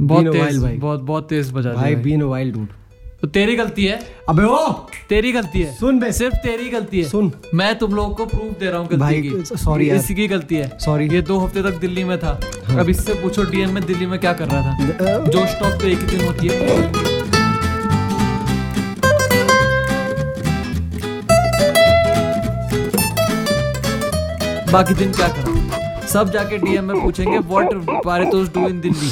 बहुत Been a Tej while, भाई। बहुत बहुत तेज बजा दिया भाई भाई। बीन वाइल्ड डूड तो तेरी गलती है अबे ओ तेरी गलती है सुन बे। सिर्फ तेरी गलती है सुन। मैं तुम लोगों को प्रूफ दे रहा हूँ गलती भाई, तो की sorry ये यार। इसी की गलती है Sorry। हाँ। ये दो हफ्ते तक दिल्ली में था अब इससे पूछो डीएम में दिल्ली में क्या कर रहा था जोश टॉक तो एक ही दिन होती है बाकी दिन क्या करा सब जाके डीएम में पूछेंगे what Paritosh do in Delhi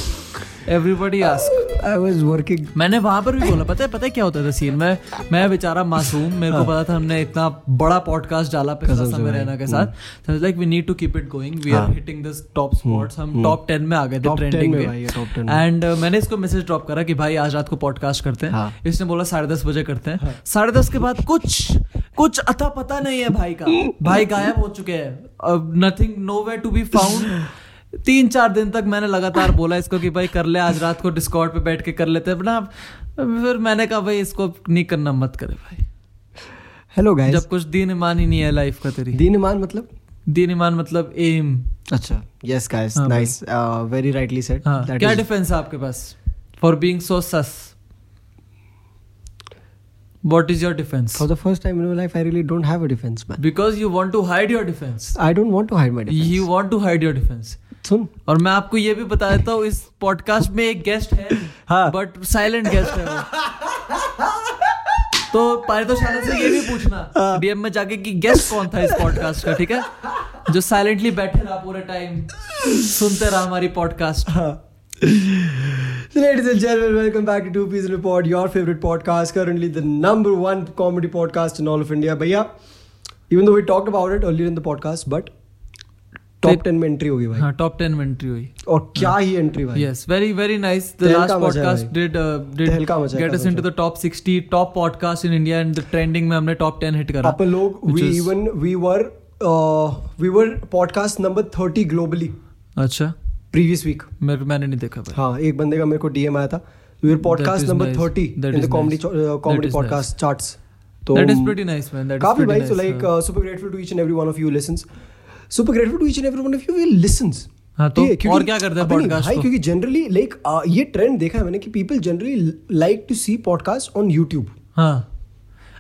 everybody ask I was working मैंने वहां पर भी बोला पता है पता है क्या होता था सीन में मैं बेचारा मासूम मेरे को पता था हमने इतना बड़ा पॉडकास्ट डाला पे हाँ। कसम से समय भाई, रहना के साथ like we need to keep it going we are हाँ। हम्म। हिटिंग दिस टॉप स्पॉट्स हम टॉप 10 में आ गए थे Top 10 ट्रेंडिंग में भाई, ये top 10 में। एंड uh, मैंने इसको मैसेज ड्रॉप करा कि भाई आज रात को पॉडकास्ट करते हैं हाँ। इसने बोला साढ़े दस बजे करते हैं साढ़े दस के बाद कुछ कुछ अता पता नहीं है भाई का भाई गायब हो चुके हैं nothing no way to be found तीन चार दिन तक मैंने लगातार बोला इसको कि भाई कर ले आज रात को डिस्कॉर्ड पे बैठ के कर लेते हैं अपना फिर मैंने कहा भाई इसको नहीं करना मत करे भाई हेलो गाइस जब कुछ दीन ईमान ही नहीं है लाइफ का तेरी दीन ईमान मतलब दीन ईमान मतलब एम अच्छा यस गाइस हाँ, नाइस वेरी राइटली सेड हाँ क्या डिफेंस है आपके पास for being so sus what is your defence for the first time in my life I really don't have a defence man because you want to hide your defence I don't want to hide my you defence want to hide your defence सुन और मैं आपको ये भी बता देता हूँ इस पॉडकास्ट में एक गेस्ट है हाँ। बट साइलेंट गेस्ट है वो तो पारितोषाला से ये भी पूछना डीएम में जाके कि गेस्ट कौन था इस पॉडकास्ट का ठीक है जो साइलेंटली बैठे रहा पूरे टाइम सुनते रहा हमारी podcast Ladies and gentlemen, welcome back to Two Piece Report, your favorite podcast, currently the number one comedy podcast in all of India. But yeah, even though we talked about it earlier in the podcast, but It- top 10 में entry होगी भाई हाँ top ten में entry हुई और क्या ही entry भाई Yes, very very nice. The तहलका last मचा है podcast भाई। did uh, did तहलका मचा है, get us कसम into से। the top 60 top podcast in India and the trending में हमने top 10 hit करा. अपन लोग Which we is- even we were uh, we were podcast number 30 globally अच्छा previous week मेरे मैंने नहीं देखा भाई. हाँ एक बंदे का मेरे को डीएम आया था we were podcast is number nice. 30 That in is the comedy nice. cho- uh, comedy That is nice. podcast charts तो That is pretty nice man. That काफी is भाई uh, pretty so nice. Like हाँ. Super grateful to each and every one of you listens super grateful to each and every one of you you listens हाँ, तो और क्या करते हैं podcast भाई को? क्योंकि जनरली लाइक ये ट्रेंड देखा है मैंने कि people generally like to see podcast on YouTube हाँ.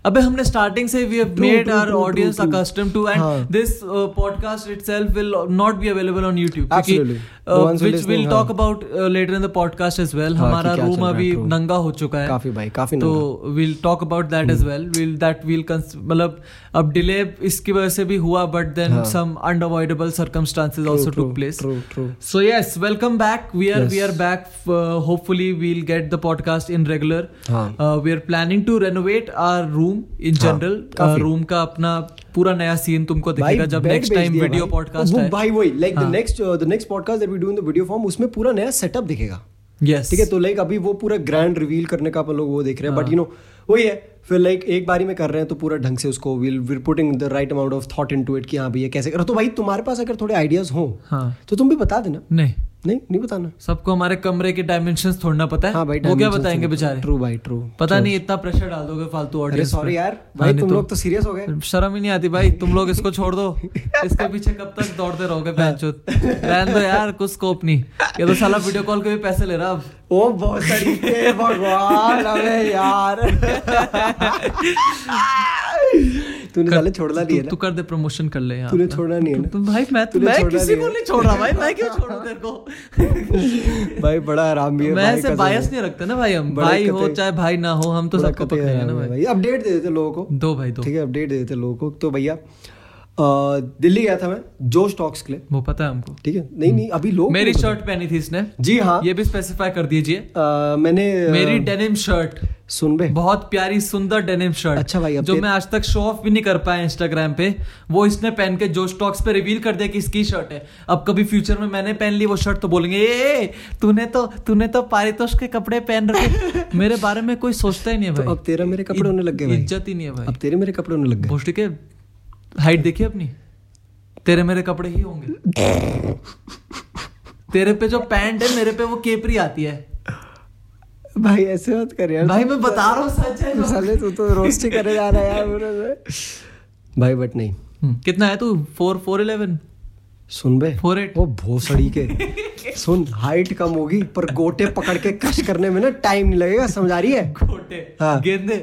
अबे हमने स्टार्टिंग से we have True, made true, our true, audience true, true. Accustomed to and हाँ. This podcast itself will not be available on YouTube uh, Absolutely. The ones who which listening, will हाँ. Talk about later in the podcast as well हाँ, कि हमारा क्या चल room रहा है, अभी true. नंगा हो चुका है काफी भाई काफी तो नंगा। Hmm. Will talk about that as well will that will मतलब अब डिले इसकी वजह से भी हुआ बट देन हाँ। Some unavoidable circumstances True, also true, took place true, true. So yes welcome back we are we Yes. Are back uh, hopefully we'll get the podcast in regular हाँ। We are planning to renovate our room in हाँ, general काफी। Room Uh, का अपना पूरा नया scene तुमको दिखेगा भाई, जब bed नेक्स्ट बेच टाइम दिया वीडियो भाई। पॉडकास्ट वो है भाई वही लाइक द हाँ। Next the next podcast that we do in the video form उसमें पूरा नया सेटअप दिखेगा यस ठीक है तो लाइक अभी वो पूरा ग्रैंड रिवील करने का अपन लोग वो देख रहे हाँ। हैं बट यू नो वही है फिर लाइक एक बारी में कर रहे हैं तो पूरा ढंग से उसको we'll we're putting the right amount of thought into it कि हाँ भैया कैसे करो तो भाई तुम्हारे पास अगर थोड़े आइडियाज हो हाँ तो तुम भी बता देना नहीं नहीं नहीं बताना सबको हमारे कमरे के डायमेंशंस थोड़ना पता है हाँ भाई वो क्या बताएंगे बेचारे ट्रू भाई ट्रू पता नहीं इतना प्रेशर डाल दोगे फालतू अरे ऑडियंस सॉरी यार भाई तुम लोग तो सीरियस हो गए शर्म ही नहीं आती भाई तुम लोग इसको छोड़ दो इसके पीछे कब तक दौड़ते रहोगे बहनचोद रहने दो यार कुछ स्कोप नहीं ये तो साला वीडियो कॉल के भी पैसे ले रहा अब ओ बहुत सारी हे भगवान अबे यार तूने साले छोड़ना तू, नहीं है तू ना कर दे प्रमोशन कर ले यहाँ तूने पे। छोड़ना नहीं है ना तो भाई मैं तूने मैं छोड़ा किसी नहीं को है। नहीं छोड़ रहा भाई मैं क्यों छोड़ू तेरे को भाई बड़ा आराम भी है मैं भाई, ऐसे कसम बायस है। नहीं रखते ना भाई हम बड़ा भाई हो कतई- चाहे भाई ना हो हम तो बड़ा सबको कतई पकड़े हैं आराम ना है भाई अपडेट दे देते लोगों को दो भाई दो ठीक है अपडेट दे देते लोगों को तो भैया अ, दिल्ली गया था मैं जोश टॉक्स के लिए वो पता है हमको ठीक है नहीं नहीं अभी लोग मेरी नहीं पता। शर्ट पहनी थी इसने जी हाँ ये भी स्पेसिफाई कर दीजिए अ, मैंने अ, मेरी डेनिम शर्ट सुन बे बहुत प्यारी सुंदर डेनिम शर्ट अच्छा भाई, अब जो तेरे- मैं आज तक शो ऑफ भी नहीं कर पाया इंस्टाग्राम पे वो इसने पहन के जो स्टॉक्स पे रिवील कर दिया कि इसकी शर्ट है अब कभी फ्यूचर में मैंने पहन ली वो शर्ट तो बोलेंगे ए, ए तूने तो तूने तो पारितोष के कपड़े पहन रखे मेरे बारे में कोई सोचता ही नहीं है भाई तो अब तेरा मेरे कपड़े होने लग गए भाई इज्जत ही नहीं है भाई अब तेरे मेरे कपड़े होने लग गए भोस्टे के हाइट देखिए अपनी तेरे मेरे कपड़े ही होंगे तेरे पे जो पैंट है मेरे पे वो केपरी आती है भाई ऐसे मत कर यार भाई मैं बता रहा हूँ सच है तू- साले तू तो रोस्ट ही करे जा रहा है यार पूरे से। भाई बट नहीं हम्म, कितना है तू फोर फोर इलेवन सुन बे For it. वो भोसड़ी के सुन हाइट कम होगी पर गोटे पकड़ के कश करने में ना टाइम नहीं लगेगा समझा रही है खोटे हाँ। गेंदे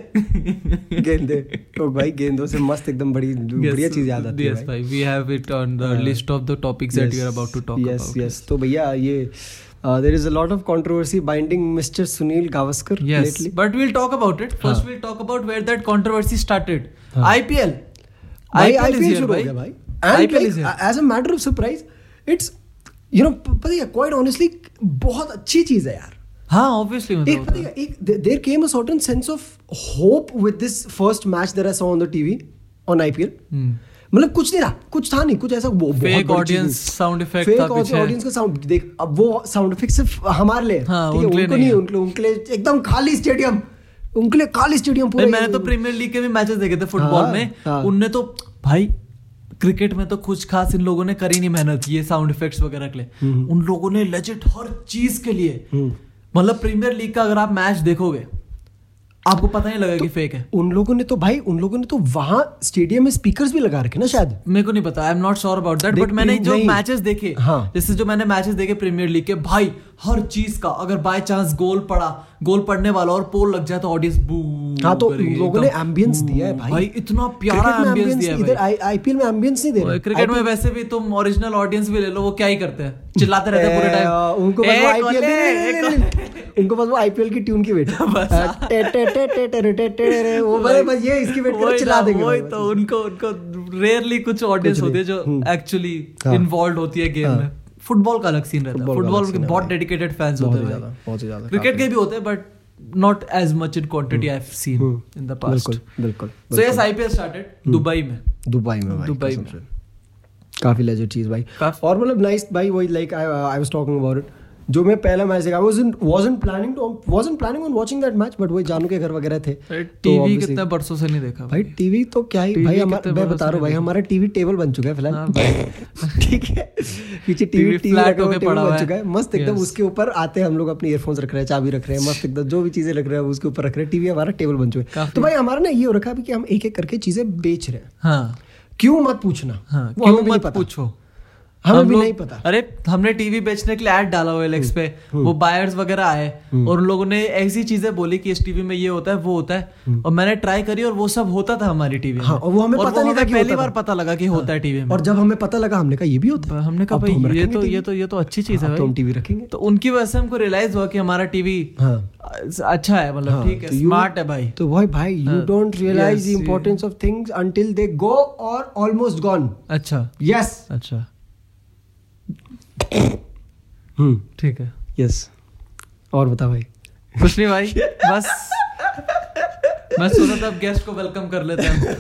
गेंदे तो भाई गेंदों से मस्त एकदम बड़ी बढ़िया चीज याद आती है yes भाई हाँ। भाई we have it on the list of the topics that we are about to talk yes, about yes. तो भैया ये uh, there is a lot of controversy binding mister Sunil Gavaskar yes lately. but we'll talk about it first हाँ। we'll talk about where that controversy started IPL IPL भाई is IPL here शुरू हो भाई गया भाई and IPL is like here as a matter of surprise it's you know पता है quite honestly बहुत अच्छी चीज है यार हाँ obviously एक मतलब पता है एक there came a certain sense of hope with this first match that I saw on the TV on IPL मतलब कुछ नहीं रहा कुछ था नहीं कुछ ऐसा वो बहुत Hmm. Fake बड़ी चीज़ audience नहीं। sound effect Fake था पीछे। audience का साउंड देख अब वो साउंड इफेक्ट सिर्फ हमारे लिए हाँ, ठीक है, उनके लिए उनको नहीं नहीं है। उनके उनके लिए एकदम खाली स्टेडियम उनके लिए खाली स्टेडियम भाई पूरा मैंने तो प्रीमियर लीग के भी मैचेस देखे थे फुटबॉल हाँ, में हाँ। उनने तो भाई क्रिकेट में तो कुछ खास इन लोगों ने करी नहीं मेहनत ये साउंड इफेक्ट्स वगैरह के लिए हम्म। उन लोगों ने लेजिट हर चीज के लिए मतलब प्रीमियर लीग का अगर आप मैच देखोगे आपको पता नहीं लगेगा कि फेक है उन लोगों ने तो भाई उन लोगों ने तो वहां स्टेडियम में स्पीकर्स भी लगा रखे ना शायद मेरे को नहीं पता I am not sure about that देख, बट मैंने प्रीम- जो नहीं। मैचेस देखे हाँ। जैसे जो मैंने मैचेस देखे प्रीमियर लीग के भाई हर चीज का अगर बाय चांस गोल पड़ा गोल पड़ने वाला और पोल लग जाए तो ऑडियंस बू हाँ तो लोगों ने एम्बियंस दिया है भाई हम्म, भाई इतना प्यारा Cricket में एम्बियंस ambience- दिया है इधर भाई। आईपीएल में एम्बियंस नहीं दे रहे क्रिकेट में वैसे भी तुम ओरिजिनल ऑडियंस भी ले लो वो क्या ही करते हैं चिल्लाते रहते हैं पूरे ए, टाइम उनको बस "ए, वो आईपीएल कोले, उनको बस वो आईपीएल की ट्यून की वेट बस। वो बस बस ये इसकी वेट कर वही चिल्ला ना, देंगे वही भाई तो बस। उनको उनको रेयरली कुछ ऑडियंस कुछ होती है नहीं। जो हम्म। एक्चुअली हाँ। इन्वॉल्व होती है गेम हाँ। में फुटबॉल का अलग सीन रहता है Football का फुटबॉल अलग के scene है बहुत भाई। डेडिकेटेड फैंस बहुत होते ही हैं ज्यादा, बहुत ही ज्यादा, क्रिकेट काफी। के भी होते हैं but not as much in quantity I have seen हम्म। इन द पास्ट बिल्कुल, बिल्कुल, हम्म। So yes IPL started Dubai में दुबई में भाई दुबई कसम में। से। काफी लेजेंड चीज भाई काफी। और मतलब नाइस भाई वही uh, like I I was talking about it जो मैं पहला मैच देखा wasn't wasn't planning to wasn't planning on watching that match but वही जानू के घर वगैरह थे तो टीवी obviously- कितने बरसों से नहीं देखा भाई टीवी तो क्या ही TV भाई कितने हमारा मैं बरस बता रहा में हूँ भाई देखा। हमारा टीवी टेबल बन चुका है हाँ फिलहाल ठीक है पीछे TV टीवी टीवी flat रखा हुआ होके टेबल पड़ा हुआ बन है। चुका है मस्त एकदम Yes. उसके ऊपर आते हैं हम लोग अपने ईयरफोन्स रख रहे हैं चाबी रख रहे हैं मस्त एकदम जो भी चीजें रख रहे हैं उसके ऊपर रख रहे हैं टीवी हमारा टेबल बन चुका है काफी। तो भाई हमारा ना ये हो रखा है अभी कि हम एक एक करके चीजें बेच रहे हैं हाँ क्यों मत पूछना हाँ वो हमें क्यों भी नहीं मत पता। पूछो हमें हम भी लोग- नहीं पता। हम्म। अरे हमने टीवी बेचने के लिए ऐड डाला हुआ एलेक्स पे वो बायर्स वगैरह आए और उन लोगों ने ऐसी चीजें बोली कि इस टीवी में ये होता है वो होता है और मैंने ट्राई करी और वो सब होता था हमारी टीवी में हम्म। हाँ, और वो हमें पता नहीं था कि पहली होता बार था। हाँ। पता लगा कि होता है टीवी में तो और जब हमें पता लगा हमने कहा ये भी होता है हमने कहा अब हम भाई ये रखेंगे तो TV। ये तो ये तो अच्छी चीज है हाँ, भाई तो हम टीवी रखेंगे तो उनकी वजह से हमको रियलाइज हुआ कि हमारा टीवी हाँ। अच्छा है मतलब हाँ, ठीक है तो you- स्मार्ट है भाई तो भाई भाई यू हाँ, don't yes, realise the you- importance of things until they go और ऑलमोस्ट गॉन अच्छा यस अच्छा हम्म ठीक है यस और बता भाई कुछ नहीं भाई बस मैं सोचा था अब गेस्ट को वेलकम कर लेते हैं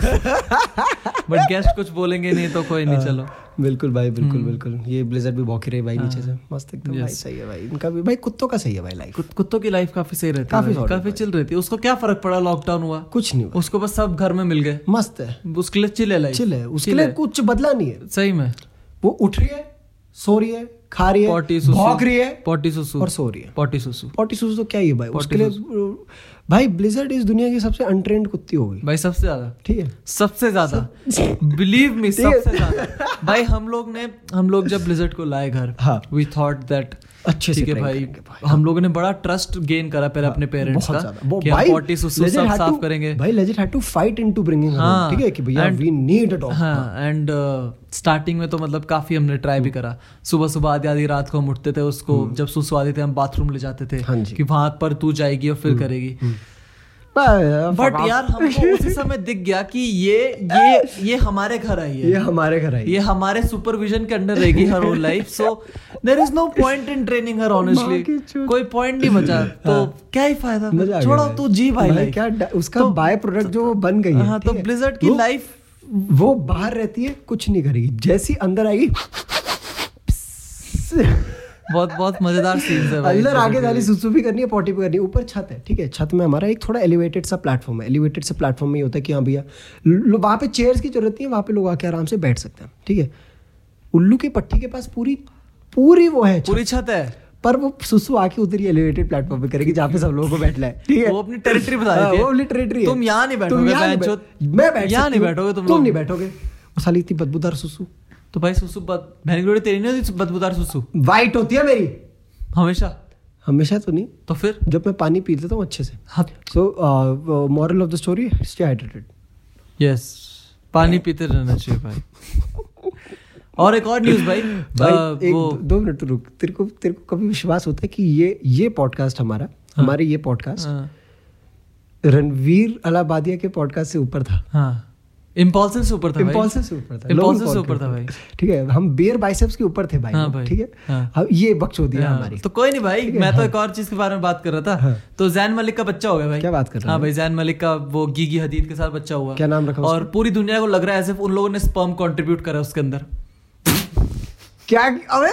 बट गेस्ट कुछ बोलेंगे नहीं तो कोई हाँ। नहीं चलो बिल्कुल भाई बिल्कुल बिल्कुल ये ब्लेजर भी भौंक रहे भाई नीचे से मस्त एकदम हम्म। भाई हाँ। Yes. सही है भाई इनका भी भाई कुत्तों का सही है भाई लाइफ कुत- कुत्तों की लाइफ काफी सही रहती है काफी भाई, sorted काफी भाई। चिल रहती है उसको क्या फर्क पड़ा लॉकडाउन हुआ कुछ नहीं भाई, उसको बस सब घर में मिल गए मस्त है उसके लिए चिल है लाइफ चिल है उसके लिए कुछ बदला नहीं है सही में वो उठ रही है सो रही है खा रही पॉटी है सुसु भौंक रही है पॉटी सुसु और सो रही है पॉटी सुसु पॉटी सूस तो क्या ही है भाई Potty उसके लिए भाई ब्लेजर्ड इस दुनिया की सबसे अनट्रेंड कुत्ती होगी भाई सबसे ज्यादा ठीक है सबसे ज्यादा बिलीव मी सबसे ज्यादा भाई हम लोग ने हम लोग जब ब्लिजर्ड को लाए घर हाँ। वी थॉट दैट अच्छे से ठीक है train भाई करेंगे भाई, हाँ, हम लोगों ने बड़ा ट्रस्ट गेन करा पहले अपने पेरेंट्स बहुत का ज्यादा वो कि हम भाई पॉटी सुसु legit सब had साफ to- करेंगे भाई legit had to fight into bringing हाँ, ठीक है कि भैया and- we need a dog हाँ एंड स्टार्टिंग में तो मतलब काफी हमने ट्राई हम्म। भी करा सुबह सुबह आधी आधी रात को हम उठते थे उसको जब सुसु आती थी हम बाथरूम ले जाते थे हाँ जी। हम्म। कि वहां पर तू जाएगी और फिर करेगी बट यार हमको उसी समय दिख गया कि ये ये ये हमारे घर आई है ये हमारे घर आई ये हमारे सुपरविजन के अंडर रहेगी her whole life so there is no point in training her honestly माँ की चोट। हाँ। कोई पॉइंट नहीं बचा तो क्या ही फायदा मजा आ गया छोड़ो भाई। तू जी भाई भाई life। क्या डा- उसका बाय प्रोडक्ट जो वो बन गई है हाँ, तो ठीक है? Blizzard की वो- life- वो बाहर रहती है कुछ नहीं करेगी जैसी अंदर आएगी बहुत बहुत मजेदार सीन है भाई अंदर आगे जाली सुसु भी करनी है पॉटी भी करनी है ऊपर छत है ठीक है छत में हमारा एक थोड़ा एलिवेटेड सा प्लेटफॉर्म है एलिवेटेड सा प्लेटफॉर्म में ये होता है कि हाँ भैया लो- वहाँ पे चेयर्स की जरूरत नहीं है वहाँ पे लोग आके आराम से बैठ सकते हैं ठीक है उल्लू की पट्टी के पास पूरी पूरी वो है छत। पूरी छत है पर वो सुसु आके उधर ही एलिवेटेड प्लेटफॉर्म पे करेगी जहाँ पे सब लोगों को बैठना है ठीक है वो अपनी टेरिटरी बता हाँ, देती है वो अपनी टेरिटरी है। तुम यहाँ नहीं तुम बैठोगे यहाँ नहीं बहनचोद। बैठ- मैं बैठ यहाँ सकती नहीं हूँ। बैठोगे तुम तुम लोग। नहीं बैठोगे वो साली इतनी बदबूदार सुसु तो भाई सुसु बद बहन की रोटी तेरी नहीं होती बदबूदार सुसु वाइट होती है मेरी हमेशा हमेशा तो नहीं तो फिर जब मैं पानी पी लेता हूँ अच्छे से हाँ so moral of the story stay hydrated yes पानी पीते रहना चाहिए भाई और एक और न्यूज भाई, भाई अ, एक Uh, वो दो- दो मिनट तो रुक तेरे को तेरे को कभी विश्वास होता है कि ये ये पॉडकास्ट हमारा हमारे ये पॉडकास्ट हाँ, रणवीर अलाबादिया के पॉडकास्ट से ऊपर था हाँ इम्पल्सिव से ऊपर था भाई इम्पॉल्सिव से ऊपर था इम्पल्सिव लोगन से कॉल ऊपर के था भाई ठीक है हम बेयर बाइसेप्स के ऊपर थे भाई हाँ लोग, भाई, ठीक है हाँ। अब ये बकचोदी है हाँ, हमारी तो कोई नहीं भाई ठीक है, मैं तो हाँ। एक और चीज के बारे में बात कर रहा था हाँ। तो जैन मलिक का बच्चा हो गया भाई क्या बात कर रहे हाँ हो? भाई जैन मलिक का वो गीगी हदीद के साथ बच्चा हुआ क्या नाम रखा और उसका? पूरी दुनिया को लग रहा है ऐसे उन लोगों ने स्पर्म कंट्रीब्यूट करा उसके अंदर क्या अबे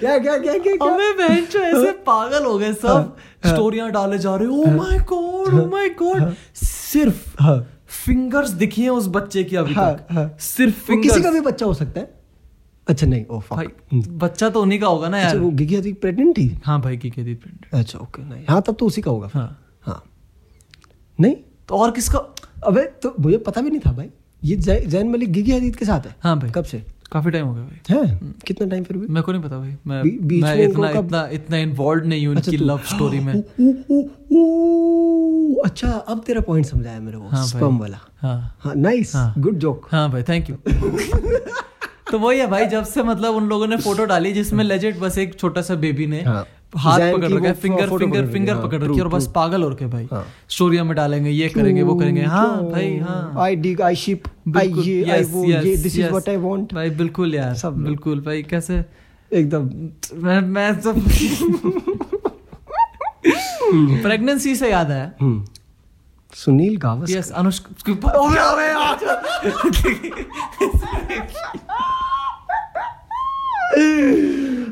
क्या क्या क्या क्या क्या अबे बहन जो ऐसे पागल हो गए सब हाँ। स्टोरियां डाले जा रहे Oh oh my God oh my God सिर्फ हाँ। फिंगर्स दिखी हैं उस बच्चे की अभी हाँ, तक हाँ। सिर्फ वो किसी का फिंगर्स भी बच्चा हो सकता है अच्छा नहीं ओ fuck. भाई हम्म। बच्चा तो उन्हीं का होगा ना अच्छा यार वो गिगी अभी प्रेग्नेंट थी हाँ भाई की कहती प्रिंट अच्छा ओके नहीं हाँ तब तो उसी का होगा फिर। हाँ हाँ नहीं तो और किसका अबे तो मुझे पता भी नहीं था भाई ये जै- जैन मलिक गिगी हदीद के साथ है हाँ भाई हम्म। कब से काफी टाइम हो गया भाई है कितना टाइम फिर भी मेरे को नहीं पता भाई मैं बी- बीच मैं में इनको इतना कब- अच्छा, तो- इतना इतना इन्वॉल्व नहीं हूँ इनकी तू- लव स्टोरी में ओ, ओ, ओ, अच्छा अब तेरा पॉइंट समझाया मेरे को हाँ भाई। स्पर्म वाला हाँ हाँ नाइस हाँ। गुड जोक हाँ भाई थैंक यू तो वही है भाई जब से मतलब उन लोगों ने फोटो डाली जिसमें लेजेट बस एक छोटा सा बेबी ने हाँ। हाथ जैन पकड़ की रखा है वो फिंगर फोटो फिंगर पकड़ फिंगर रखी है, पकड़ हाँ, रखी है और true, बस पागल हो रखे भाई हाँ। स्टोरिया में डालेंगे ये करेंगे वो करेंगे हाँ भाई हाँ आई डी आई शिप आई बिल्कुल, ये आई yes, वो yes, ये this is yes। What I want भाई बिल्कुल यार सब लोग। बिल्कुल भाई कैसे एकदम मैं मैं तो प्रेगनेंसी से याद है हम्म सुनील गावस्कर यस अनुष्का अबे अबे यार।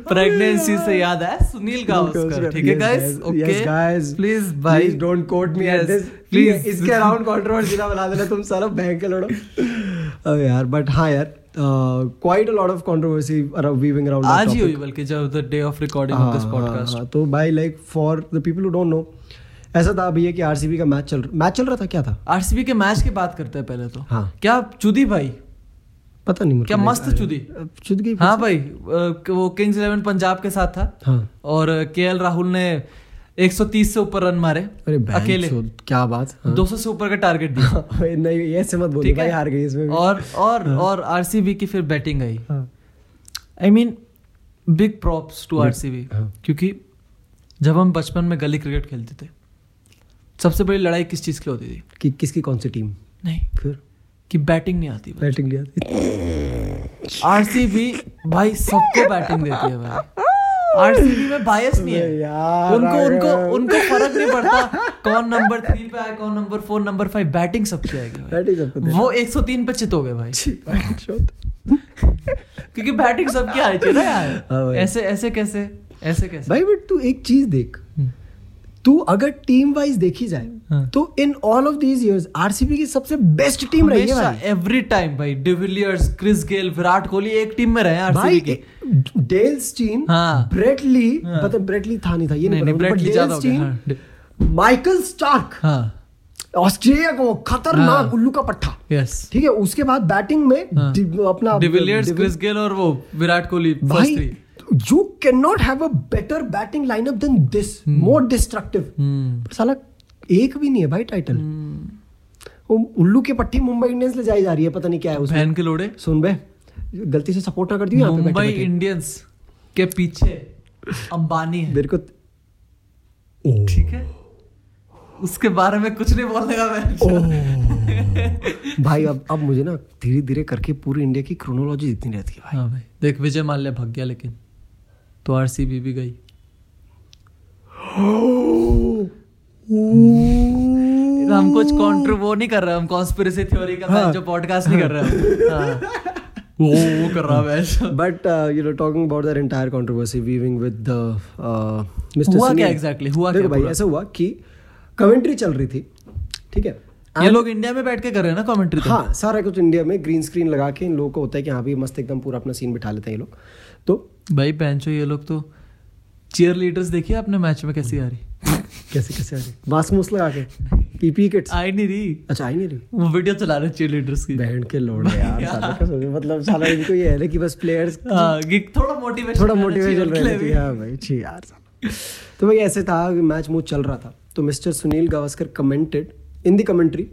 प्रेगनेंसी से याद है सुनील गावस्कर ठीक है गाइस ओके गाइस प्लीज भाई don't quote me at Yes, this please. Please इसके अराउंड कंट्रोवर्सी ना बना देना तुम सारा बैंक का लोड़ा अब यार बट हाँ यार quite a lot of controversy around weaving around आज ही हुई बल्कि जब the day of recording of this podcast तो भाई like for the people who don't know ऐसा था भैया कि आरसीबी का मैच चल मैच चल रहा था क्या था आरसीबी के मैच की बात करते हैं पहले तो हाँ। क्या चुदी भाई पता नहीं मुझे क्या मस्त चुदी चुद गई हाँ भाई अ, वो किंग्स इलेवन पंजाब के साथ था हाँ और के राहुल ने 130 से ऊपर रन मारे अरे अकेले अकेले क्या बात हाँ। 200 से ऊपर का टारगेट दिया नहीं ऐसे मत बोलो ठीक भाई है हार गई इसमें भी। और और और आरसीबी की फिर बैटिंग आई हाँ। I mean big props to RCB हाँ। क्योंकि जब हम बचपन में गली क्रिकेट खेलते थे सबसे बड़ी लड़ाई किस चीज़ की होती थी कि किसकी कौन सी टीम नहीं फिर कि बैटिंग नहीं आती बैटिंग लिया आरसीबी भाई सबको बैटिंग देती है भाई आरसीबी में बायस नहीं है यार, उनको अगर- उनको उनको फर्क नहीं पड़ता कौन नंबर थ्री पे आए कौन number four number five batting सबकी आएगी भाई। बैटिंग सबको देना। वो 103 पे चित हो गए भाई क्योंकि बैटिंग सबकी आनी चाहिए ना हाँ यार भाई। ऐसे ऐसे कैसे ऐसे कैसे भाई बट तू एक चीज देख हम्म। तू अगर टीम वाइज देखी हाँ। जाए तो in all of these years RCB की सबसे बेस्ट टीम रही है हमेशा भाई। एवरी टाइम भाई de Villiers Chris Gayle Virat Kohli एक टीम में रहे आरसीबी भाई की डेल्स टीम हाँ। ब्रेटली हाँ। पता ब्रेटली मतलब था नहीं था ये नहीं, नहीं, नहीं, पता, but ब्रेटली Dale's ज्यादा हो गया, हाँ, team, माइकल स्टार्क हाँ ऑस्ट्रेलिया का वो हाँ। खतरनाक उल्लू का पट्टा यस ठीक है उसके बाद बैटिंग में हाँ। डि- अपना डिविलियर्स डिविल- क्रिस गेल और वो विराट कोहली फर्स्ट मतलब भाई three you can not have a better batting lineup than this more destructive हम्म साला एक भी नहीं है भाई टाइटल वो उल्लू की पट्टी मुंबई इंडियंस ले जाई जा रही है पता नहीं क्या है उसमें बहन के लोड़े सुन बे गलती से सपोर्ट ना कर दियो यहाँ पे मुंबई बैठे-बैठे। इंडियंस के पीछे अंबानी है मेरे को ओ, ठीक है उसके बारे में कुछ नहीं बोलने का मैं भाई अब अब मुझे ना धीरे धीरे करके पूरी इंडिया की क्रोनोलॉजी दिखती रहती है भाई हाँ भाई देख विजय माल्या भाग गया लेकिन तो आरसीबी भी गई हम कुछ कॉन्ट्र वो नहीं कर रहे हम कॉन्स्पिरेसी थ्योरी का हाँ। जो पॉडकास्ट नहीं कर रहे हम हाँ। वो वो कर रहा मैं ऐसा। But you know talking about that entire controversy weaving with the mister हुआ क्या एग्जैक्टली हुआ uh, देखो क्या भाई पूरा? ऐसा हुआ कि कमेंट्री चल रही थी ठीक है ये लोग इंडिया में बैठ के कर रहे हैं ना कमेंट्री तो हाँ सारा कुछ इंडिया में ग्रीन स्क्रीन लगा के इन लोगों को होता है कि हाँ भी मस्त एकदम पूरा अपना सीन बिठा लेते हैं ये लोग तो भाई बेंचो ये लोग तो चेयर लीडर्स देखिए आपने मैच में कैसी आ रही कैसे कैसे आ रहे वासमूस लगा के पीपी किट्स आई नहीं रही अच्छा आई नहीं रही वो वीडियो चला रहे चीयर लीडर्स की बैंड के लोड है यार साला का सोचो, मतलब साला इनको ये है ना कि बस प्लेयर्स हाँ, कि थोड़ा मोटिवेशन थोड़ा मोटिवेशन रहती है हाँ भाई छी यार साला तो भाई ऐसे था मैच मूड चल रहा था तो mister Sunil Gavaskar commented in the commentary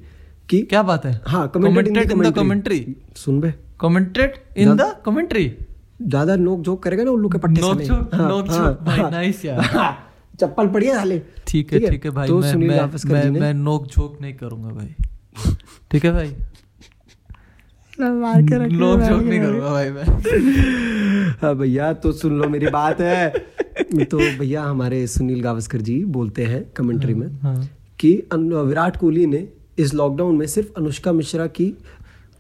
कि क्या बात है हाँ commented Commented in the commentary. सुन बे कमेंटेड इन द कमेंट्री ज्यादा नोक जोक करेगा ना उल्लू के पट्टे नोक से हाँ, झोंक, नोक झोंक, भाई, nice यार। चप्पल पड़ी है हाले ठीक है ठीक है भाई तो मैं सुनील मैं गावस्कर मैं, जी ने मैं नोक झोंक नहीं करूंगा भाई ठीक है भाई नोक झोंक नहीं करूंगा भाई मैं हाँ भैया तो सुन लो मेरी बात है तो भैया हमारे सुनील गावस्कर जी बोलते हैं कमेंट्री में हाँ। कि अनु- विराट कोहली ने इस लॉकडाउन में सिर्फ अनुष्का मिश्रा की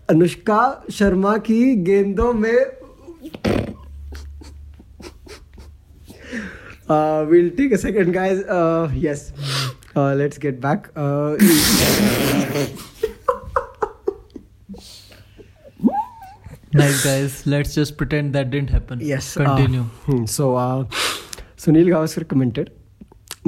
अनुष्का शर्मा की गेंदों में will take a second guys yes let's get back nice guys let's just pretend that didn't happen Yes. uh, continue hmm, so, uh, Sunil Gavaskar commented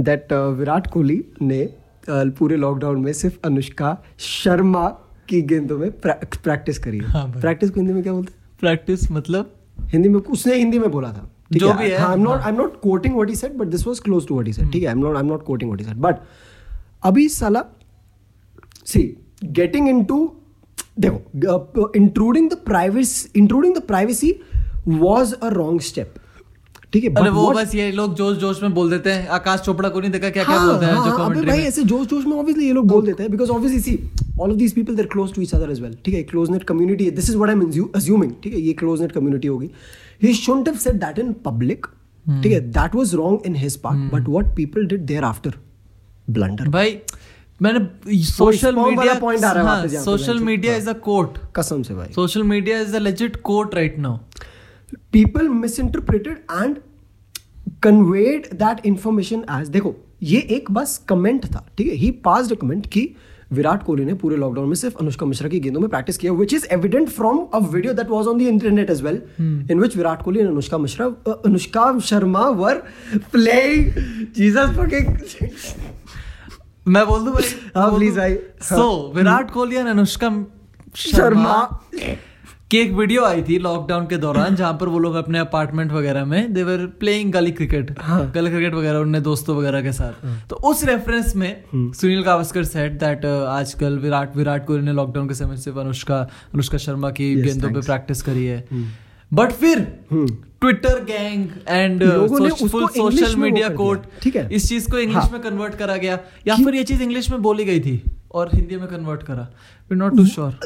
that uh, Virat Kohli ने uh, पूरे लॉकडाउन में सिर्फ अनुष्का शर्मा की गेंदों में प्रैक्टिस करी है हाँ भाई। प्रैक्टिस को हिंदी में क्या बोलते हैं प्रैक्टिस मतलब हिंदी में उसने हिंदी में बोला था ठीक जो भी है, हाँ, I'm not I'm not quoting what he said but this was close to what he said ठीक है I'm not I'm not quoting what he said but अभी साला see getting into देखो intruding the privacy intruding the privacy was a wrong step ठीक है अरे but वो what- बस ये लोग जोश जोश में बोल देते हैं आकाश चोपड़ा को नहीं देखा क्या क्या हाँ, बोलते हैं हाँ, जो हाँ, अबे कमेंट्री भाई में ऐसे जोश जोश में ऑब्वियसली ये लोग बोल देते हैं because obviously see all of these people they're close to each other as well ठीक है क्लोज नेट कम्युनिटी है this is what I am assuming ठीक है ये क्लोज नेट कम्युनिटी होगी ही shouldn't have said that in public ठीक है that was wrong in his part but what people did there after blunder भाई मैंने हाँ, सोशल spam वाला मीडिया point आ रहा है वापस यहाँ पे, सोशल मैंने मीडिया इज अ कोर्ट कसम से भाई social media is a legit court right now people misinterpreted and conveyed that information as देखो ये एक बस कमेंट था ठीक है ही पास अ कमेंट कि विराट कोहली ने पूरे लॉकडाउन में सिर्फ अनुष्का मिश्रा की गेंदों में प्रैक्टिस किया which is evident from a video that was on the internet as well in which Virat Kohli and Anushka Mishra a, Anushka Sharma were playing Jesus fucking मैं बोल दूं भाई हाँ, please, भाई, हाँ। सो विराट कोहली और अनुष्का शर्मा की एक वीडियो आई थी लॉकडाउन के दौरान जहां पर वो लोग अपने अपार्टमेंट वगैरह में they were playing gully cricket हाँ। गली क्रिकेट वगैरह उनने दोस्तों वगैरह के साथ तो उस रेफरेंस हम्म। में सुनील गावस्कर सेट दैट आजकल विराट विराट कोहली ने लॉकडाउन के समय से अनुष्का अनुष्का शर्मा की Yes, गेंदों पे thanks. हम्म। प्रैक्टिस करी है बट फिर ट्विटर गैंग एंड लोगों ने उसको फुल English सोशल में वो मीडिया कर दिया। कोर्ट ठीक है। इस चीज को इंग्लिश हाँ। में कन्वर्ट करा गया या फिर ये चीज इंग्लिश में बोली गई थी और हिंदी में कन्वर्ट करा वी नॉट टू श्योर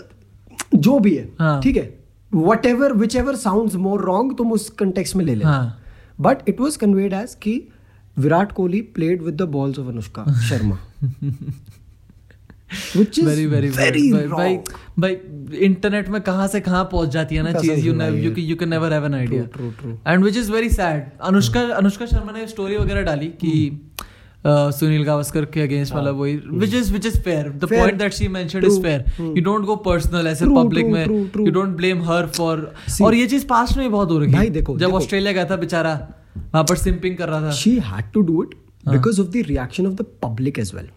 जो भी है हाँ। ठीक है whatever whichever sound more wrong तुम उस कंटेक्स में ले लेना हाँ but it was conveyed as कि Virat Kohli played with the balls of Anushka Sharma which is very very very भाई भाई इंटरनेट में कहाँ से कहाँ पहुंच जाती है ना कसम चीज से यू भाई, you you can never have an true, true. Hmm. Idea and which is very sad Anushka Anushka Sharma ने स्टोरी वगैरह डाली कि अ, सुनील गावस्कर के अगेंस्ट वाला वही which is which is fair the हाँ। Hmm. Fair. Point that she mentioned is True. Hmm. Fair you don't go personal ऐसे True, public true, में true, true. You don't blame her for See. और ये चीज past में भी बहुत हो रही भाई, देखो, जब देखो। ऑस्ट्रेलिया गया था बेचारा वहां पर सिंपिंग कर रहा था she had to do it because of the reaction of the public as well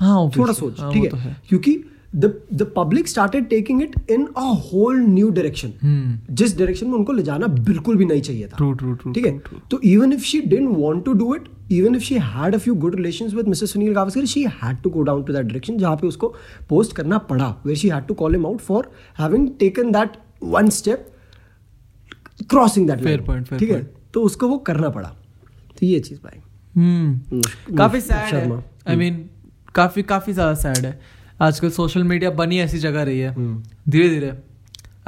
हाँ थोड़ा obviously. सोच हाँ, वो ठीक तो है क्योंकि the the public started taking it in a whole new direction जिस डायरेक्शन में उनको ले जाना बिल्कुल भी नहीं चाहिए था Hmm. True, true, true, ठीक है तो even if she didn't want to do it even if she had a few good relations with Mrs Sunil Gavaskar she had to go down to that direction जहां पे उसको पोस्ट करना पड़ा where she had to call him out for having taken that one step crossing that Fair point, fair ठीक है point. तो उसको वो करना पड़ा तो ये चीज भाई हम्म अनुष्का- काफी सैड Hmm. शर्मा। है आई मीन काफी काफी ज्यादा सैड है आजकल सोशल मीडिया बनी ऐसी जगह रही है Hmm. धीरे धीरे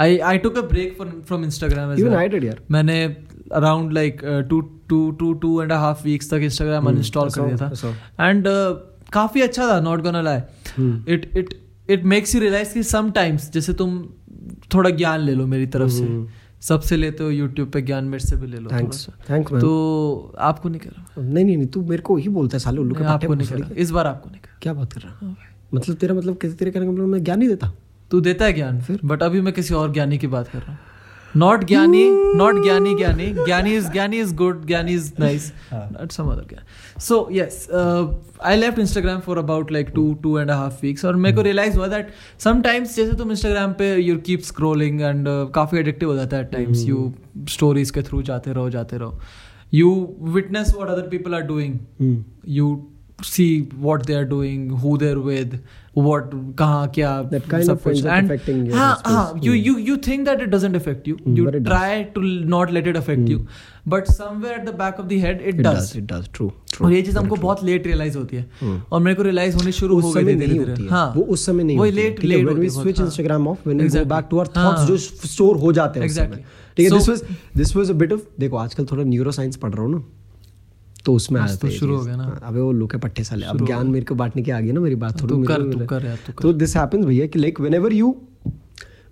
I I took a break from Instagram as Even I did, यार। मैंने uh, around like two two two two and half weeks तक इंस्टाग्राम अनइंस्टॉल I कर saw, दिया I saw. था एंड काफी अच्छा था not gonna Hmm. Lie it it it makes you realise कि समटाइम्स जैसे तुम थोड़ा ज्ञान ले लो मेरी तरफ से सबसे लेते हो यूट्यूब पे ज्ञान मेरे से भी ले लो थोड़ा Hmm. Thanks. सा। Thanks, man. तो आपको नहीं कर रहा नहीं नहीं नहीं तू मेरे को ही बोलता है साले उल्लू के नहीं, पट्टे आपको पर नहीं फड़ी करना इस बार आपको नहीं करना क्या बात कर रहा है मतलब तेरा मतलब किसी तेरे कहने का मतलब मैं ज्ञान नहीं देता तू देता है ज्ञान फिर बट अभी मैं किसी और ज्ञानी की बात कर रहा हूँ नॉट ज्ञानी नॉट ज्ञानी ज्ञानी ज्ञानी इज ज्ञानी इज गुड ज्ञानी is nice not some other ज्ञान so yes I left Instagram for about like two two and half weeks और मेरे को रियलाइज हुआ दैट समटाइम्स जैसे तुम इंस्टाग्राम पे यू कीप स्क्रोलिंग एंड काफ़ी एडिक्टिव uh, हो जाता है टाइम्स यू स्टोरीज के थ्रू जाते रहो जाते रहो you witness what other people are doing Hmm. you see what they are doing who they're with what kaha kya That kind सब of things कुछ. that affecting your हाँ, space. हाँ, you you you think that it doesn't affect you Hmm, you but it does. Mm. try to not let it affect you but somewhere at the back of the head it, it does, does it does true और true Hmm. ये चीज हमको बहुत late realise होती है और मेरे को रियलाइज होनी शुरू उस हो गई हाँ। समय थी धीरे नहीं होती धीरे है वो उस समय नहीं वही होती है, लेट ठीक है लेट व्हेन वी स्विच हाँ। Instagram off when we go back to our thoughts जो स्टोर हो जाते हैं उस समय। Exactly. ठीक है this So- was this was a bit of देखो आजकल थोड़ा न्यूरो साइंस पढ़ रहा हूं ना तो उसमें आ आज जाता तो है ये शुरू हो चीज़। गया ना। हाँ, अबे वो लोके पट्टे साले अब ज्ञान मेरे को बांटने की आ गई ना मेरी बात थोड़ी हाँ, तू मेरे कर, को तू मिला। कर यार, तू कर। तो दिस हैपेंस भैया कि like whenever you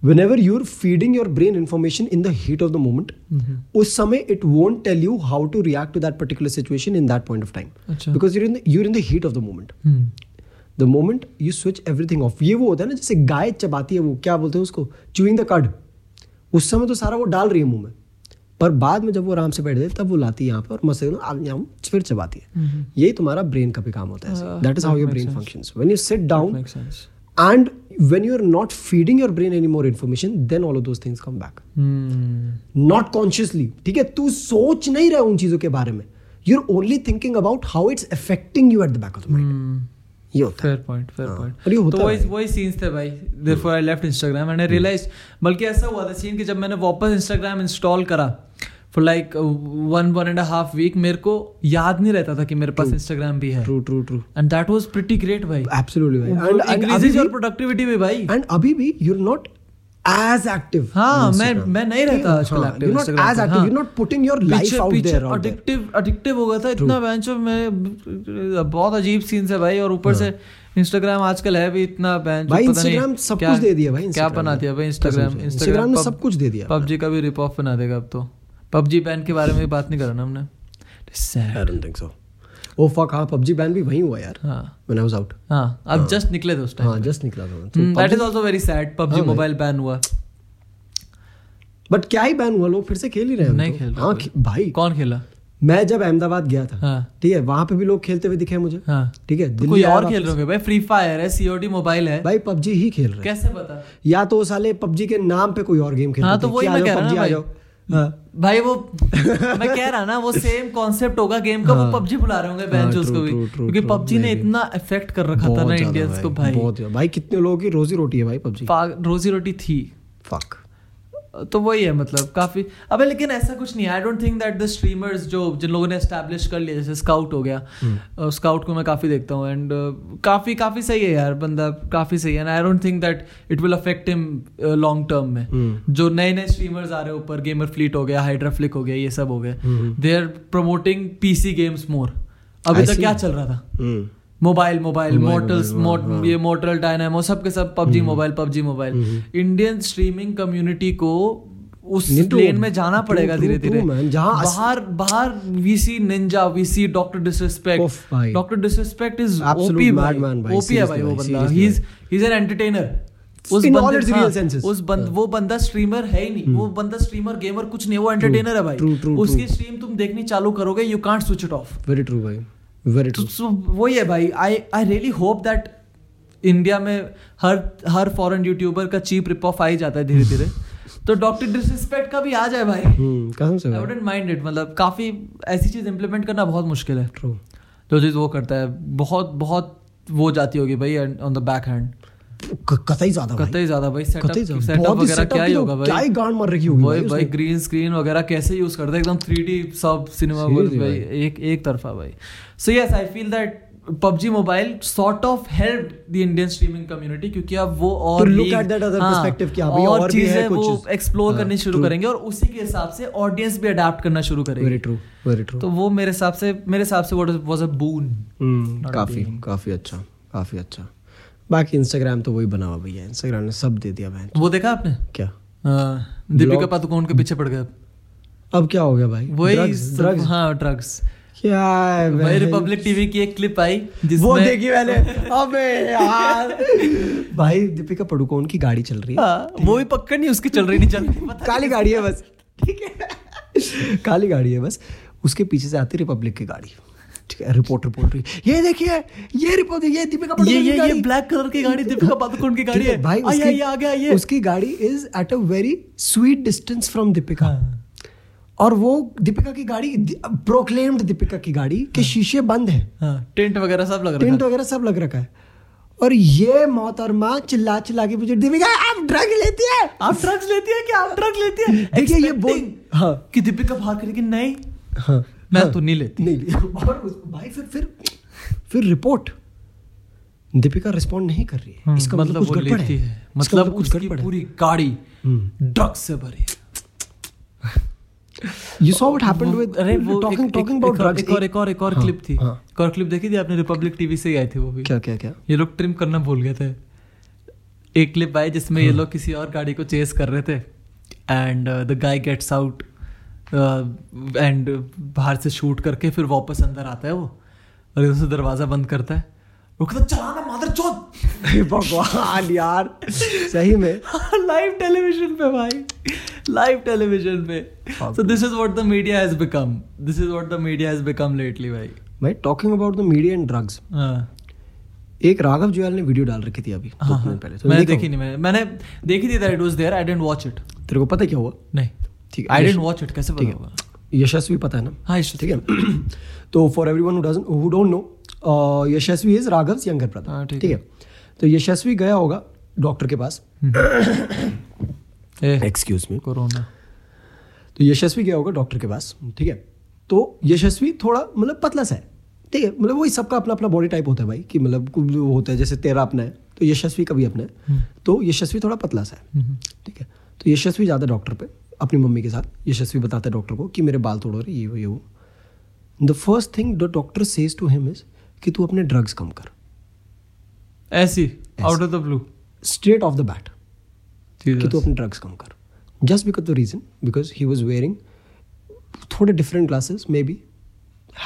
whenever you're feeding your brain information in the heat of the moment Mm-hmm। us samay it won't tell you how to react to that particular situation in that point of time अच्छा। Hmm, because you're in the, you're in the heat of the moment the moment you switch everything off ये वो होता है ना जैसे गाय चबाती है वो क्या बोलते हैं उसको चूइंग द कड उस समय तो सारा वो डाल रही है मुंह में पर बाद में जब वो आराम से बैठ जाए तब वो लाती है यहाँ पर और मस्ती में आ- यहाँ फिर चबाती है यही तुम्हारा ब्रेन का भी काम होता है हाँ, that is how that your makes brain sense. Functions when you sit down makes sense. And when you are not feeding your brain any more information then all of those things come back Hmm. Not consciously ठीक है तू सोच नहीं रहा उन चीजों के बारे में you are only thinking about how it's affecting you at the back of the mind Hmm. ये होता है फेयर पॉइंट फेयर हाँ, पॉइंट और ये होता तो वही है। वही सीन्स थे भाई therefore I left Instagram and I realise बल्कि ऐसा हुआ था सीन कि जब मैंने वापस इंस्टाग्राम इंस्टॉल करा uh, for like one one and half week मेरे को याद नहीं रहता था कि मेरे पास इंस्टाग्राम भी है true true true and that was pretty great भाई Absolutely, भाई. And- and अभी इंक्रीजेस भी- योर प्रोडक्टिविटी भी भाई एंड अभी भी you are not as active हाँ मैं मैं नहीं हाँ, रहता आजकल you active not as active हाँ। You not putting your life out there out there addictive addictive हो गया था इतना Hmm. बेंच में बहुत अजीब सीन है भाई और ऊपर से इंस्टाग्राम आजकल है भी इतना बेंच Hmm. भाई, Instagram सब कुछ दे दिया भाई, क्या Instagram बना ने। दिया भाई कसम से, इंस्टाग्राम Instagram ने सब कुछ दे दिया। पबजी का भी रिप ऑफ बना देगा अब तो पबजी बैन के बारे में भी बात नहीं करा ना हमने I Sad. Don't think so oh fuck हां PUBG बैन भी वहीं हुआ यार हाँ व्हेन आई वाज आउट हाँ अब जस्ट निकले थे उस Hmm, हां टाइम जस्ट हाँ, निकला था that is also very sad PUBG तो हाँ भाई। मोबाइल बैन हुआ बट क्या ही बैन हुआ लोग फिर से खेल ही रहे हैं अब नहीं तो। खेल रहा हाँ कोई। खे- भाई कौन खेला मैं जब अहमदाबाद गया था हाँ ठीक है वहां पे भी लोग खेलते हुए दिखे मुझे हाँ ठीक है तो दिल्ली कोई आया और खेल वापस। रहे होंगे भाई फ्री फायर है सीओडी मोबाइल है भाई PUBG ही खेल रहे हैं कैसे पता या तो वो साले PUBG के नाम पे कोई और गेम खेल हाँ, रहे तो थे वही कि आ मैं जाओ, कह रहा ना भाई। PUBG आ जाओ हाँ। भाई वो मैं कह रहा ना वो सेम कॉन्सेप्ट होगा गेम का वो हाँ। पबजी बुला रहे होंगे हाँ, बेंच true, उसको भी true, true, क्योंकि true, पबजी ने maybe. इतना अफेक्ट कर रखा था बहुत ना ज्यादा इंडियंस को भाई बहुत ज्यादा। भाई कितने लोगों की रोजी रोटी है भाई पबजी पा- रोजी रोटी थी फक तो वही है मतलब काफी अबे लेकिन ऐसा कुछ नहीं I don't think that the streamers जो जिन लोगों ने एस्टैब्लिश कर लिया जैसे स्काउट हो हम्म। गया स्काउट को मैं काफी देखता हूँ एंड काफी काफी सही है यार बंदा काफी सही है and I don't think that it will affect him long term में हम्म। जो नए नए स्ट्रीमर्स आ रहे हैं ऊपर गेमर फ्लीट हो गया हाइड्राफ्लिक हो गया ये सब हो गए हम्म। They are promoting PC games more अभी I तक see. क्या चल रहा था हम्म। Mobile mobile mobile, mortals mobile, मोट हाँ। हम्म। ये मोर्टल डायनामो सब के सब PUBG mobile PUBG mobile Indian streaming community को उस नहीं तो- प्लेन में जाना true, पड़ेगा true, धीरे धीरे true, man. जहाँ अस- बाहर बाहर we C ninja we C doctor उफ, भाई। Disrespect doctor disrespect is Absolute OP madman, भाई, ओपी है भाई seriously, वो भाई, बंदा seriously, he is he is an entertainer उस In all बंदे its हाँ, real senses. हम्म। उस बंद वो बंदा स्ट्रीमर है ही नहीं वो बंदा स्ट्रीमर गेमर कुछ नहीं है, वो एंटरटेनर है true, भाई true, उसकी true. स्ट्रीम तुम देखनी चालू करोगे you can't switch it off very true भाई वेरी ट्रू तो सो वही है भाई I I really hope that India में हर हर फॉरेन यूट्यूबर का चीप रिप ऑफ आ ही जाता है धीरे धीरे तो डॉक्टर डिसरिस्पेक्ट का भी आ जाए भाई आई हम्म, कसम से भाई वुडेंट माइंड इट मतलब काफ़ी ऐसी चीज़ इम्प्लीमेंट करना बहुत मुश्किल है ट्रू जो चीज़ वो करता है बहुत बहुत वो जाती होगी भाई ऑन द बैक हैंड कतई ज्यादा हाँ भाई कतई ज़्यादा भाई कतई सेटअप ज्यादा। सेटअप बहुत ही वगैरह setup क्या की ही तो होगा भाई क्या ही गांड मार रखी होगी वही भाई भाई उसने। ग्रीन स्क्रीन वगैरह कैसे यूज करता है एकदम थ्री सब सिनेमा Seriously भाई भाई। एक एक तरफा भाई so yes I feel that PUBG mobile sort of help the Indian streaming community क्योंकि अब वो और look league- at that other perspective कि हाँ भाई, और और भी है चीजें वो कुछ। एक्सप्लोर हाँ, करनी शुरू true. करेंगे और उसी के हिसाब से ऑडियंस भी अडेप्ट करना शुरू वेरी करेंगे ट्रू वेरी ट्रू तो वो मेरे हिसाब से मेरे हिसाब से what was a boon hmm, Not काफी काफी अच्छा काफी अच्छा बाकी इंस्टाग्राम तो वही बना हुआ भैया इंस्टाग्राम ने सब दे दिया बहन वो देखा आपने क्या अह, दीपिका पादुकोण के पीछे पड़ गए अब अब क्या हो गया भाई वही ड्रग्स सब- ड्रग्स हाँ ड्रग्स क्या है भाई भाई? रिपब्लिक टीवी की एक क्लिप आई जिसमें वो देखी मैंने अबे यार भाई दीपिका पडुकोण की गाड़ी चल रही है हाँ, वो भी पक्का नहीं उसकी चल रही नहीं चल रही पता काली गाड़ी है बस ठीक है काली गाड़ी है बस उसके पीछे से आती रिपब्लिक की गाड़ी ठीक है रिपोर्टर बोल रही है, ये देखिए ये रिपोर्टर ये दीपिका ये पादुकोण की ये ये गाड़ी। ब्लैक कलर की गाड़ी दीपिका पादुकोण की गाड़ी ठीक है भाई आ, ये- ये आ गया ये उसकी गाड़ी is at a very sweet distance from Deepika हाँ। और वो दीपिका की गाड़ी प्रोक्लेम्ड दीपिका की गाड़ी के शीशे बंद है हाँ टेंट वगैरह सब लग रहा टेंट वगैरह सब लग रखा है और ये मोहतरमा चिल्ला चिल्ला के पूछे दीपिका आप ड्रग लेती है था तो- आप ड्रग्स लेती है क्या आप ड्रग्स लेती है देखिए, ये बोल- Expecting हाँ। कि दीपिका भाग करके नहीं हाँ, मैं हाँ, तो नहीं लेती नहीं ली। और उस, भाई फिर फिर फिर रिपोर्ट दीपिका रिस्पॉन्ड नहीं कर रही है हम्म, इसका मतलब कुछ वो गड़बड़ लेती है है इसका मतलब कुछ उसकी गड़बड़ है पूरी गाड़ी हम्म। ड्रग्स से भरी है। You saw what happened with अरे वो एक- टॉकिंग एक- टॉकिंग एक और- अबाउट ड्रग्स एक और एक और एक और क्लिप थी हाँ एक और क्लिप देखी थी आपने रिपब्लिक टीवी से ही आई थी वो भी क्या क्या क्या ये लोग ट्रिम करना भूल गए थे एक क्लिप आई जिसमें ये हाँ। लोग किसी और गाड़ी को चेस कर रहे थे uh, and the guy gets out and uh, बाहर से शूट करके फिर वापस अंदर आता है वो और इधर से दरवाज़ा बंद करता है वो कहता चलाना मादर चौथ अरे भगवान यार सही में लाइव टेलीविजन पे भाई लाइव टेलीविजन पे so this is what the media has become this is what the media has become lately भाई भाई talking about the media and drugs हाँ एक राघव जुयाल ने वीडियो डाल रखी थी अभी दो हाँ, तीन हाँ, दिन पहले तो मैंने देखा देखी नहीं मैंने मैंने देखी थी that it was there I didn't watch it होगा। तेरे को पता है क्या हुआ नहीं ठीक है, आई यश- डिडंट वॉच इट कैसे पता होगा यशस्वी पता है ना हाँ यश ठीक है तो for everyone who don't know uh, Yashasvi is Raghav younger हाँ, ब्रदर ठीक ठीक है तो यशस्वी गया होगा डॉक्टर के पास ए एक्सक्यूज मी कोरोना तो यशस्वी गया होगा डॉक्टर के पास ठीक है तो यशस्वी थोड़ा मतलब पतला सा है ठीक है मतलब वही सबका अपना अपना बॉडी टाइप होता है भाई कि मतलब कुछ वो होता है जैसे तेरा अपना है तो यशस्वी का भी अपना है तो यशस्वी थोड़ा पतला सा है ठीक है तो यशस्वी जाता है डॉक्टर पे अपनी मम्मी के साथ यशस्वी बताता है डॉक्टर को कि मेरे बाल तोड़ रहे ये वो ये वो the first thing the doctor says to him is कि तू अपने ड्रग्स कम कर ऐसी out of the blue straight of the bat कि तू अपने ड्रग्स कम कर just because the reason because he was wearing थोड़े different glasses maybe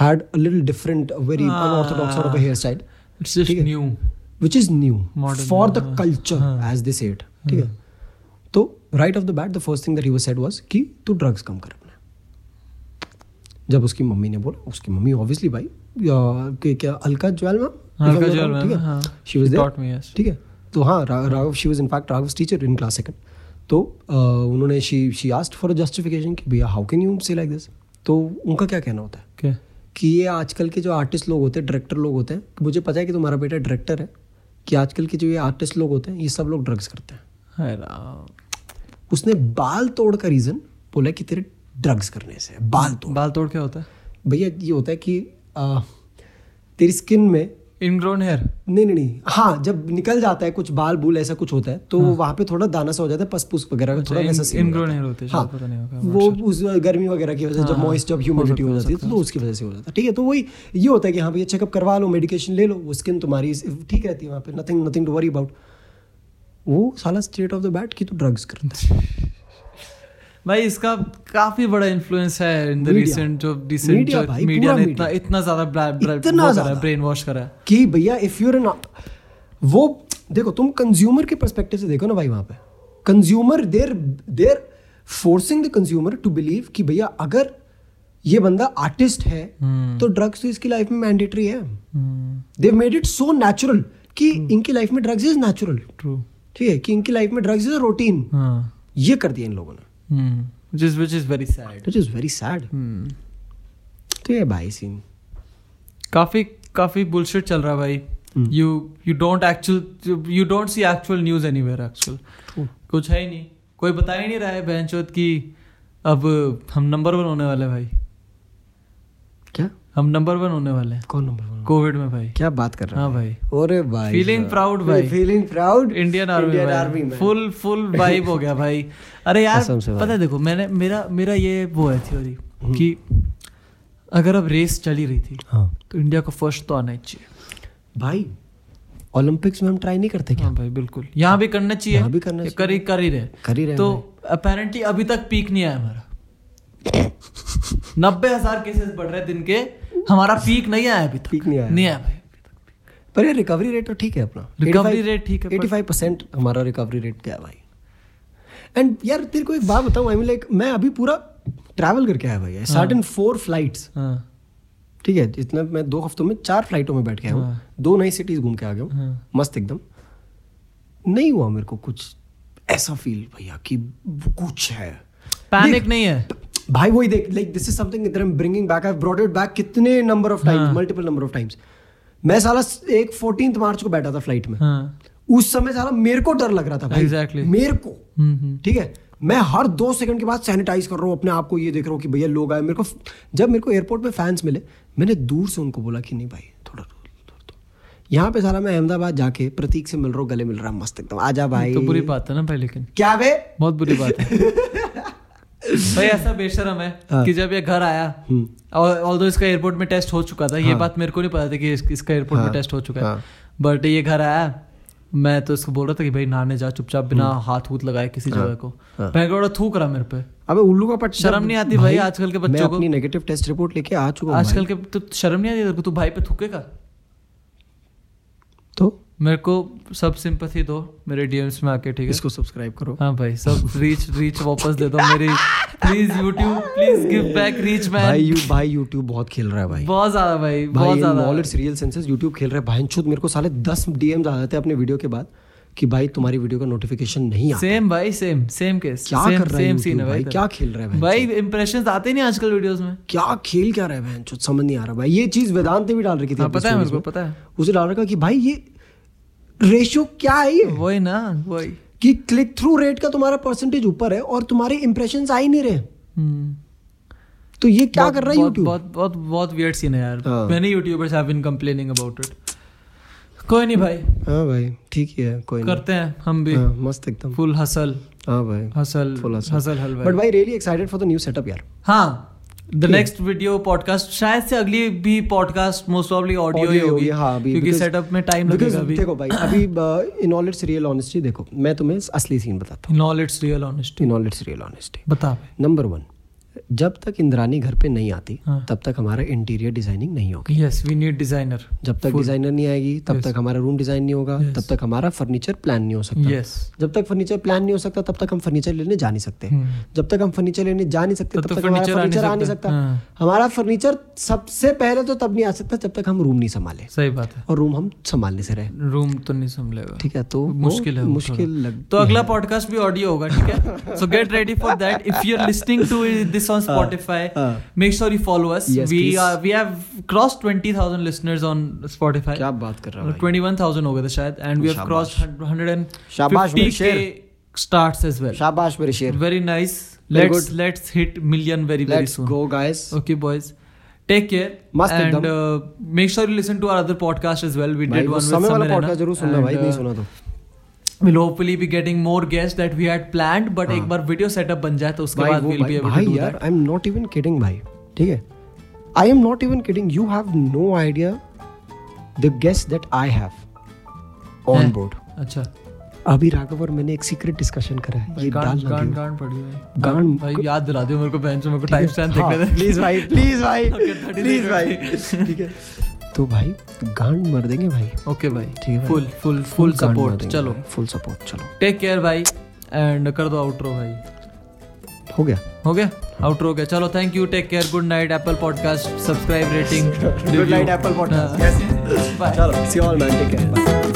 had a little different very unorthodox sort of hair style it's just ठीक है। New which is new Modern, for the हाँ, culture as they say it ठीक है तो right off the bat the first thing that he was said was कि तू drugs कम कर अपना जब उसकी मम्मी ने बोला उसकी मम्मी ऑब्वियसली भाई या, के- क्या अलका ज्वेल मैम अलका ज्वाल मैम, ठीक हाँ। है she was She there taught me, yes. ठीक है तो हाँ रा- Raghav she was in fact Raghav teacher in class second तो अ, उन्होंने she she asked for a justification कि भैया how can you say like this तो उनका क्या कहना होता है ओके कि ये आजकल के जो आर्टिस्ट लोग होते हैं डायरेक्टर लोग होते हैं कि मुझे पता है कि तुम्हारा बेटा डायरेक्टर है कि आजकल के जो ये आर्टिस्ट लोग होते हैं ये सब लोग ड्रग्स करते हैं हाय राम उसने बाल तोड़ का रीज़न बोला कि तेरे ड्रग्स करने से है, बाल तोड़ बाल तोड़ क्या होता है भैया ये होता है कि आ, तेरी स्किन में इनग्रोन हेयर नहीं नहीं नहीं हाँ जब निकल जाता है कुछ बाल बूल ऐसा कुछ होता है तो वहाँ पे थोड़ा दाना सा हो जाता है पस पुस वगैरह का थोड़ा हाँ। अच्छा, इन- वैसा सीन ingrown हो hair जाता है। होते हैं, हाँ, शायद पता नहीं होगा, हाँ, I'm वो उस गर्मी वगैरह की वजह से जब मॉइस्ट जब ह्यूमिडिटी हो जाती है तो उसकी वजह से हो जाता है ठीक है तो वही ये होता है कि हाँ भैया चेकअप करवा लो मेडिकेशन ले लो वो स्किन तुम्हारी इस- ठीक रहती है वहाँ पे nothing nothing to worry about वो साला स्टेट ऑफ द बैट कि तू ड्रग्स तो करता है भाई इसका काफी बड़ा इन्फ्लुएंस है इन द Media. रिसेंट जो रिसेंट Media जो भाई, मीडिया पूरा ने इतना media. इतना ज्यादा इतना ज्यादा। ब्रेन वॉश करा है कि भैया इफ यूर एन वो देखो तुम कंज्यूमर के परस्पेक्टिव से देखो ना भाई वहां पे consumer there there forcing the consumer to believe कि भैया अगर ये बंदा आर्टिस्ट है तो ड्रग्स तो इसकी लाइफ में मैंडेटरी है Hmm, they've made it so natural कि इनकी लाइफ में ड्रग्स इज नेचुरल ट्रू ठीक है कि इनकी लाइफ में ड्रग्स इज अ रूटीन हाँ hmm, ये कर दिया इन लोगों ने which is which is very sad which is very sad तो ये भाई सीन काफी काफी बुलशिट चल रहा है Hmm। भाई you you don't actual you don't see actual news anywhere actual True. कुछ है ही नहीं कोई बता ही नहीं रहा है बहनचोद की अब हम नंबर वन होने वाले हैं भाई क्या हम नंबर वन होने वाले हैं कौन नंबर कोविड में भाई क्या बात कर रहा हाँ भाई अरे भाई Feeling साहब। proud भाई। Feeling proud. Indian army Indian army Army में। फुल फुल वाइब हो गया भाई अरे यार कसम से भाई। हम्म। पता है देखो मैंने मेरा मेरा ये वो है थ्योरी कि अगर अब रेस चली रही थी हाँ तो इंडिया को फर्स्ट तो आना ही चाहिए भाई ओलंपिक्स में हम ट्राई नहीं करते क्या हाँ भाई बिल्कुल यहाँ भी करना चाहिए यहाँ भी करना ये कर ही कर ही रहे कर ही रहे हैं तो अपेरेंटली अभी तक पीक नहीं आया हमारा नब्बे हजार केसेस बढ़ रहे हैं दिन के हमारा पीक नहीं आया अभी तक Peak नहीं आया। नहीं आया भाई पर ये रिकवरी रेट तो ठीक है अपना हाँ। Recovery rate ठीक है, पर- एटी फाइव परसेंट हमारा रिकवरी रेट क्या है भाई एंड यार तेरे को एक बात बताऊँ आई मीन लाइक मैं अभी पूरा ट्रैवल करके आया भाई साठ एंड फोर फ्लाइट्स हाँ ठीक है जितना मैं दो हफ्तों में चार फ्लाइटों में बैठ के आया हूँ हाँ। दो नई सिटीज घूम के आ गया हूँ हाँ। मस्त एकदम नहीं हुआ मेरे को कुछ ऐसा फील भैया कि कुछ है पैनिक नहीं है भाई वही देख like this is something that I am bringing back I have brought it back कितने नंबर ऑफ हाँ। Times multiple number of times मैं साला एक 14th मार्च को बैठा था फ्लाइट में हाँ उस समय साला मेरे को डर लग रहा था भाई Exactly. मेरे को हम्म, हम्म। ठीक है मैं हर दो सेकंड के बाद सैनिटाइज कर रहा हूँ अपने आप को ये देख रहा हूँ कि भैया लोग आए मेरे को जब मेरे को एयरपोर्ट में फैंस मिले मैंने दूर से उनको बोला कि नहीं भाई थोड़ा थोड़ा थोड़ा- थोड़ा यहाँ पे साला मैं अहमदाबाद जाके प्रतीक से मिल रहा हूँ गले मिल रहा हूँ मस्त एकदम आजा भाई तो बुरी बात है ना भाई लेकिन क्या बे बहुत बुरी बात है भाई ऐसा बेशरम है हाँ। हम्म। कि जब ये घर आया और ऑल्दो इसका एयरपोर्ट में टेस्ट हो चुका था ये बात मेरे को नहीं पता थी कि इस- इसका एयरपोर्ट में हाँ, टेस्ट हो चुका है हाँ। बट ये घर आया मैं तो इसको बोल रहा था कि भाई नहाने जा चुपचाप बिना हम्म। हाथ हूथ लगाए किसी जगह हाँ। को भैंगड़ोड़ा थूक रहा मेरे पे अबे उल्लू का पट शर्म नहीं आती भाई आजकल के मैं बच्चों को। अपनी नेगेटिव टेस्ट रिपोर्ट लेके आ चुका हूँ आजकल आजकल के तो शर्म नहीं आती तेरे को तू भाई पे थूकेगा तो मेरे को सब सिंपथी दो मेरे डीएम्स में आके ठीक है इसको सब्सक्राइब करो हाँ भाई सब रीच रीच वापस दे दो मेरी please YouTube please give back reach भाई मैन यू भाई यूट्यूब बहुत खेल रहा है भाई बहुत ज्यादा भाई बहुत भाई ऑल ज्यादा इट्स रियल सेंसेस यूट्यूब खेल रहा है भाई मेरे को साले दस डीएम आ जाते हैं अपने वीडियो के बाद कि भाई तुम्हारी वीडियो का नोटिफिकेशन नहीं आता सेम भाई सेम सेम केस क्या सेम कर रहा है सेम YouTube सीन है भाई भाई? क्या खेल रहा है भाई भाई? भाई इंप्रेशंस आते नहीं आजकल वीडियोस में क्या खेल क्या रहा है बहन समझ नहीं आ रहा भाई ये चीज वेदांत ने भी डाल रखी थी हाँ, अपनी पता है मेरे stories को, में। पता है। उसे डाल रखा कि भाई ये रेशियो क्या है ये वही ना वही कि क्लिक थ्रू रेट का तुम्हारा परसेंटेज ऊपर है और तुम्हारे इंप्रेशन आ ही नहीं रहे हम्म। तो ये क्या बहुत- कर रहा है बहुत- यूट्यूब बहुत बहुत बहुत वियर्ड सीन है हाँ। यार many YouTubers have been complaining about it कोई नहीं भाई हाँ भाई ठीक ही है कोई नहीं करते हैं हम भी हाँ, मस्त एकदम फुल हसल हाँ भाई hustle Full hustle. Hustle halwa but भाई really excited for the new setup यार हाँ द नेक्स्ट वीडियो पॉडकास्ट शायद से अगली भी पॉडकास्ट मोस्ट प्रॉब्ली ऑडियो ही होगी हाँ अभी क्योंकि because- सेटअप में टाइम because लगेगा अभी देखो भाई अभी uh, in all it's real honesty देखो मैं तुम्हें असली सीन बताता नॉलेज रियल ऑनेस्टी हूँ in all it's real honesty बता भाई नंबर वन जब तक इंद्रानी घर पे नहीं आती हाँ। तब तक हमारा इंटीरियर डिजाइनिंग नहीं होगी यस वी नीड डिजाइनर जब तक डिजाइनर नहीं आएगी तब Yes. तक हमारा रूम डिजाइन नहीं होगा Yes. तब तक हमारा फर्नीचर प्लान नहीं हो सकता Yes. जब तक फर्नीचर प्लान नहीं हो सकता तब तक हम फर्नीचर लेने जा नहीं सकते Hmm. जब तक हम फर्नीचर लेने जा नहीं सकते तब तब तक तक हमारा furniture आ नहीं फर्नीचर आ नहीं सकता। सकता हाँ। हमारा फर्नीचर सबसे पहले तो तब नहीं आ सकता जब तक हम रूम नहीं संभाले सही बात है और रूम हम संभालने से रहे रूम तो नहीं संभलेगा ठीक है तो वो मुश्किल है वो मुश्किल थोड़ा। लग तो अगला पॉडकास्ट भी ऑडियो होगा ठीक है so get ready for that if you are listening to this on Spotify हाँ। Make sure you follow us Yes, we please. We have cross 20000 listeners on Spotify क्या बात कर रहा है भाई? 21000 हो गए थे शायद एंड वी हैव क्रॉस शाबाश। शाबाश मेरे 150k शेर। starts as well शाबाश मेरे शेर very nice Very let's good. let's hit million very very let's soon go guys okay boys take care मस्त and एकदम। uh, make sure you listen to our other podcast as well we भाई did वो one with समय वाला Samir Raina. Podcast जरूर सुनना भाई And, नहीं uh, सुना तो we'll hopefully be getting more guests that we had planned but हाँ। एक बार video setup बन जाए तो उसके भाई बाद वो we'll be भाई, able भाई to do यार that I am not even kidding भाई ठीक है आई am not even kidding you have no idea the guess that I have हैं? ऑन बोर्ड अच्छा अभी राघव और मैंने एक सीक्रेट डिस्कशन करा है ये डाल गांड गांड ना दियो। गांड पड़ी हुई है। गांड- भाई याद दिला दियो मेरे को बेंच मेरे को टाइम स्टैम्प हाँ, देखने दे प्लीज भाई प्लीज भाई Okay, 30 प्लीज second। भाई ठीक है तो भाई गांड मर देंगे भाई ओके भाई ठीक है भाई। फुल फुल फुल सपोर्ट चलो फुल सपोर्ट चलो टेक केयर भाई एंड कर दो आउटरो भाई हो गया हो गया हाँ। आउटरो हो गया चलो thank you take care good night Apple podcast subscribe rating Good night, Apple Podcast. Bye चलो see all man take care